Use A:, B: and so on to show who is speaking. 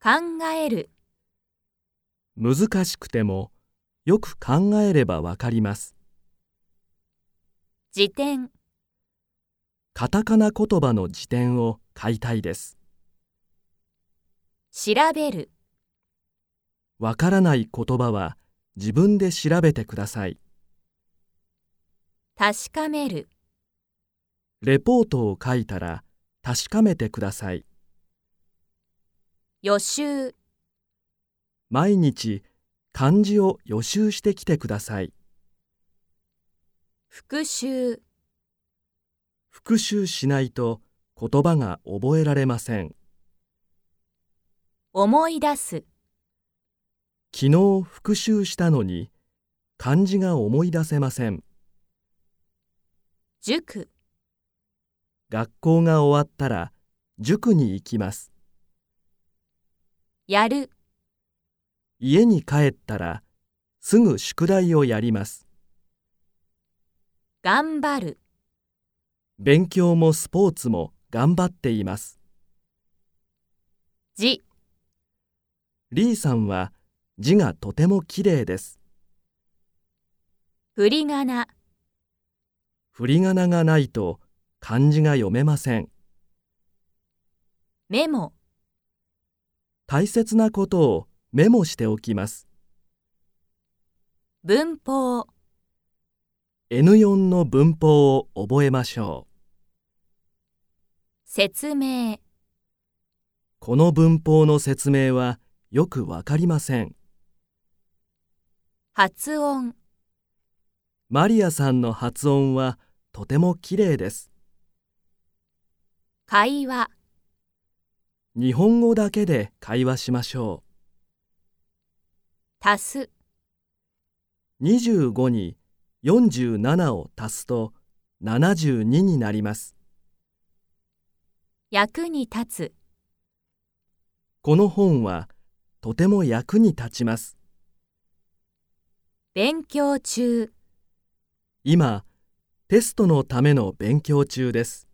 A: 考える、
B: 難しくてもよく考えればわかります。
A: 辞典、
B: カタカナ言葉の辞典を買いたいです。
A: 調べる、
B: わからない言葉は自分で調べてください。
A: 確かめる、
B: レポートを書いたら確かめてください。
A: 予習、
B: 毎日漢字を予習してきてください。
A: 復習、
B: 復習しないと言葉が覚えられません。
A: 思い出す、
B: 昨日復習したのに漢字が思い出せません。
A: 塾、
B: 学校が終わったら塾に行きます。
A: やる、
B: 家に帰ったらすぐ宿題をやります。
A: 頑張る、
B: 勉強もスポーツも頑張っています。
A: 字、
B: リーさんは字がとても綺麗です。
A: 振り仮名、
B: 振り仮名がないと漢字が読めません。
A: メモ、
B: 大切なことをメモしておきます。
A: 文法、
B: N4 の文法を覚えましょう。
A: 説明、
B: この文法の説明はよくわかりません。
A: 発音、
B: マリアさんの発音はとても綺麗です。
A: 会話、
B: 日本語だけで会話しましょ
A: 足す、
B: う。25に47を足すと72になります。
A: 役に立つ、
B: この本はとても役に立ちます。
A: 勉強中。
B: 今、テストのための勉強中です。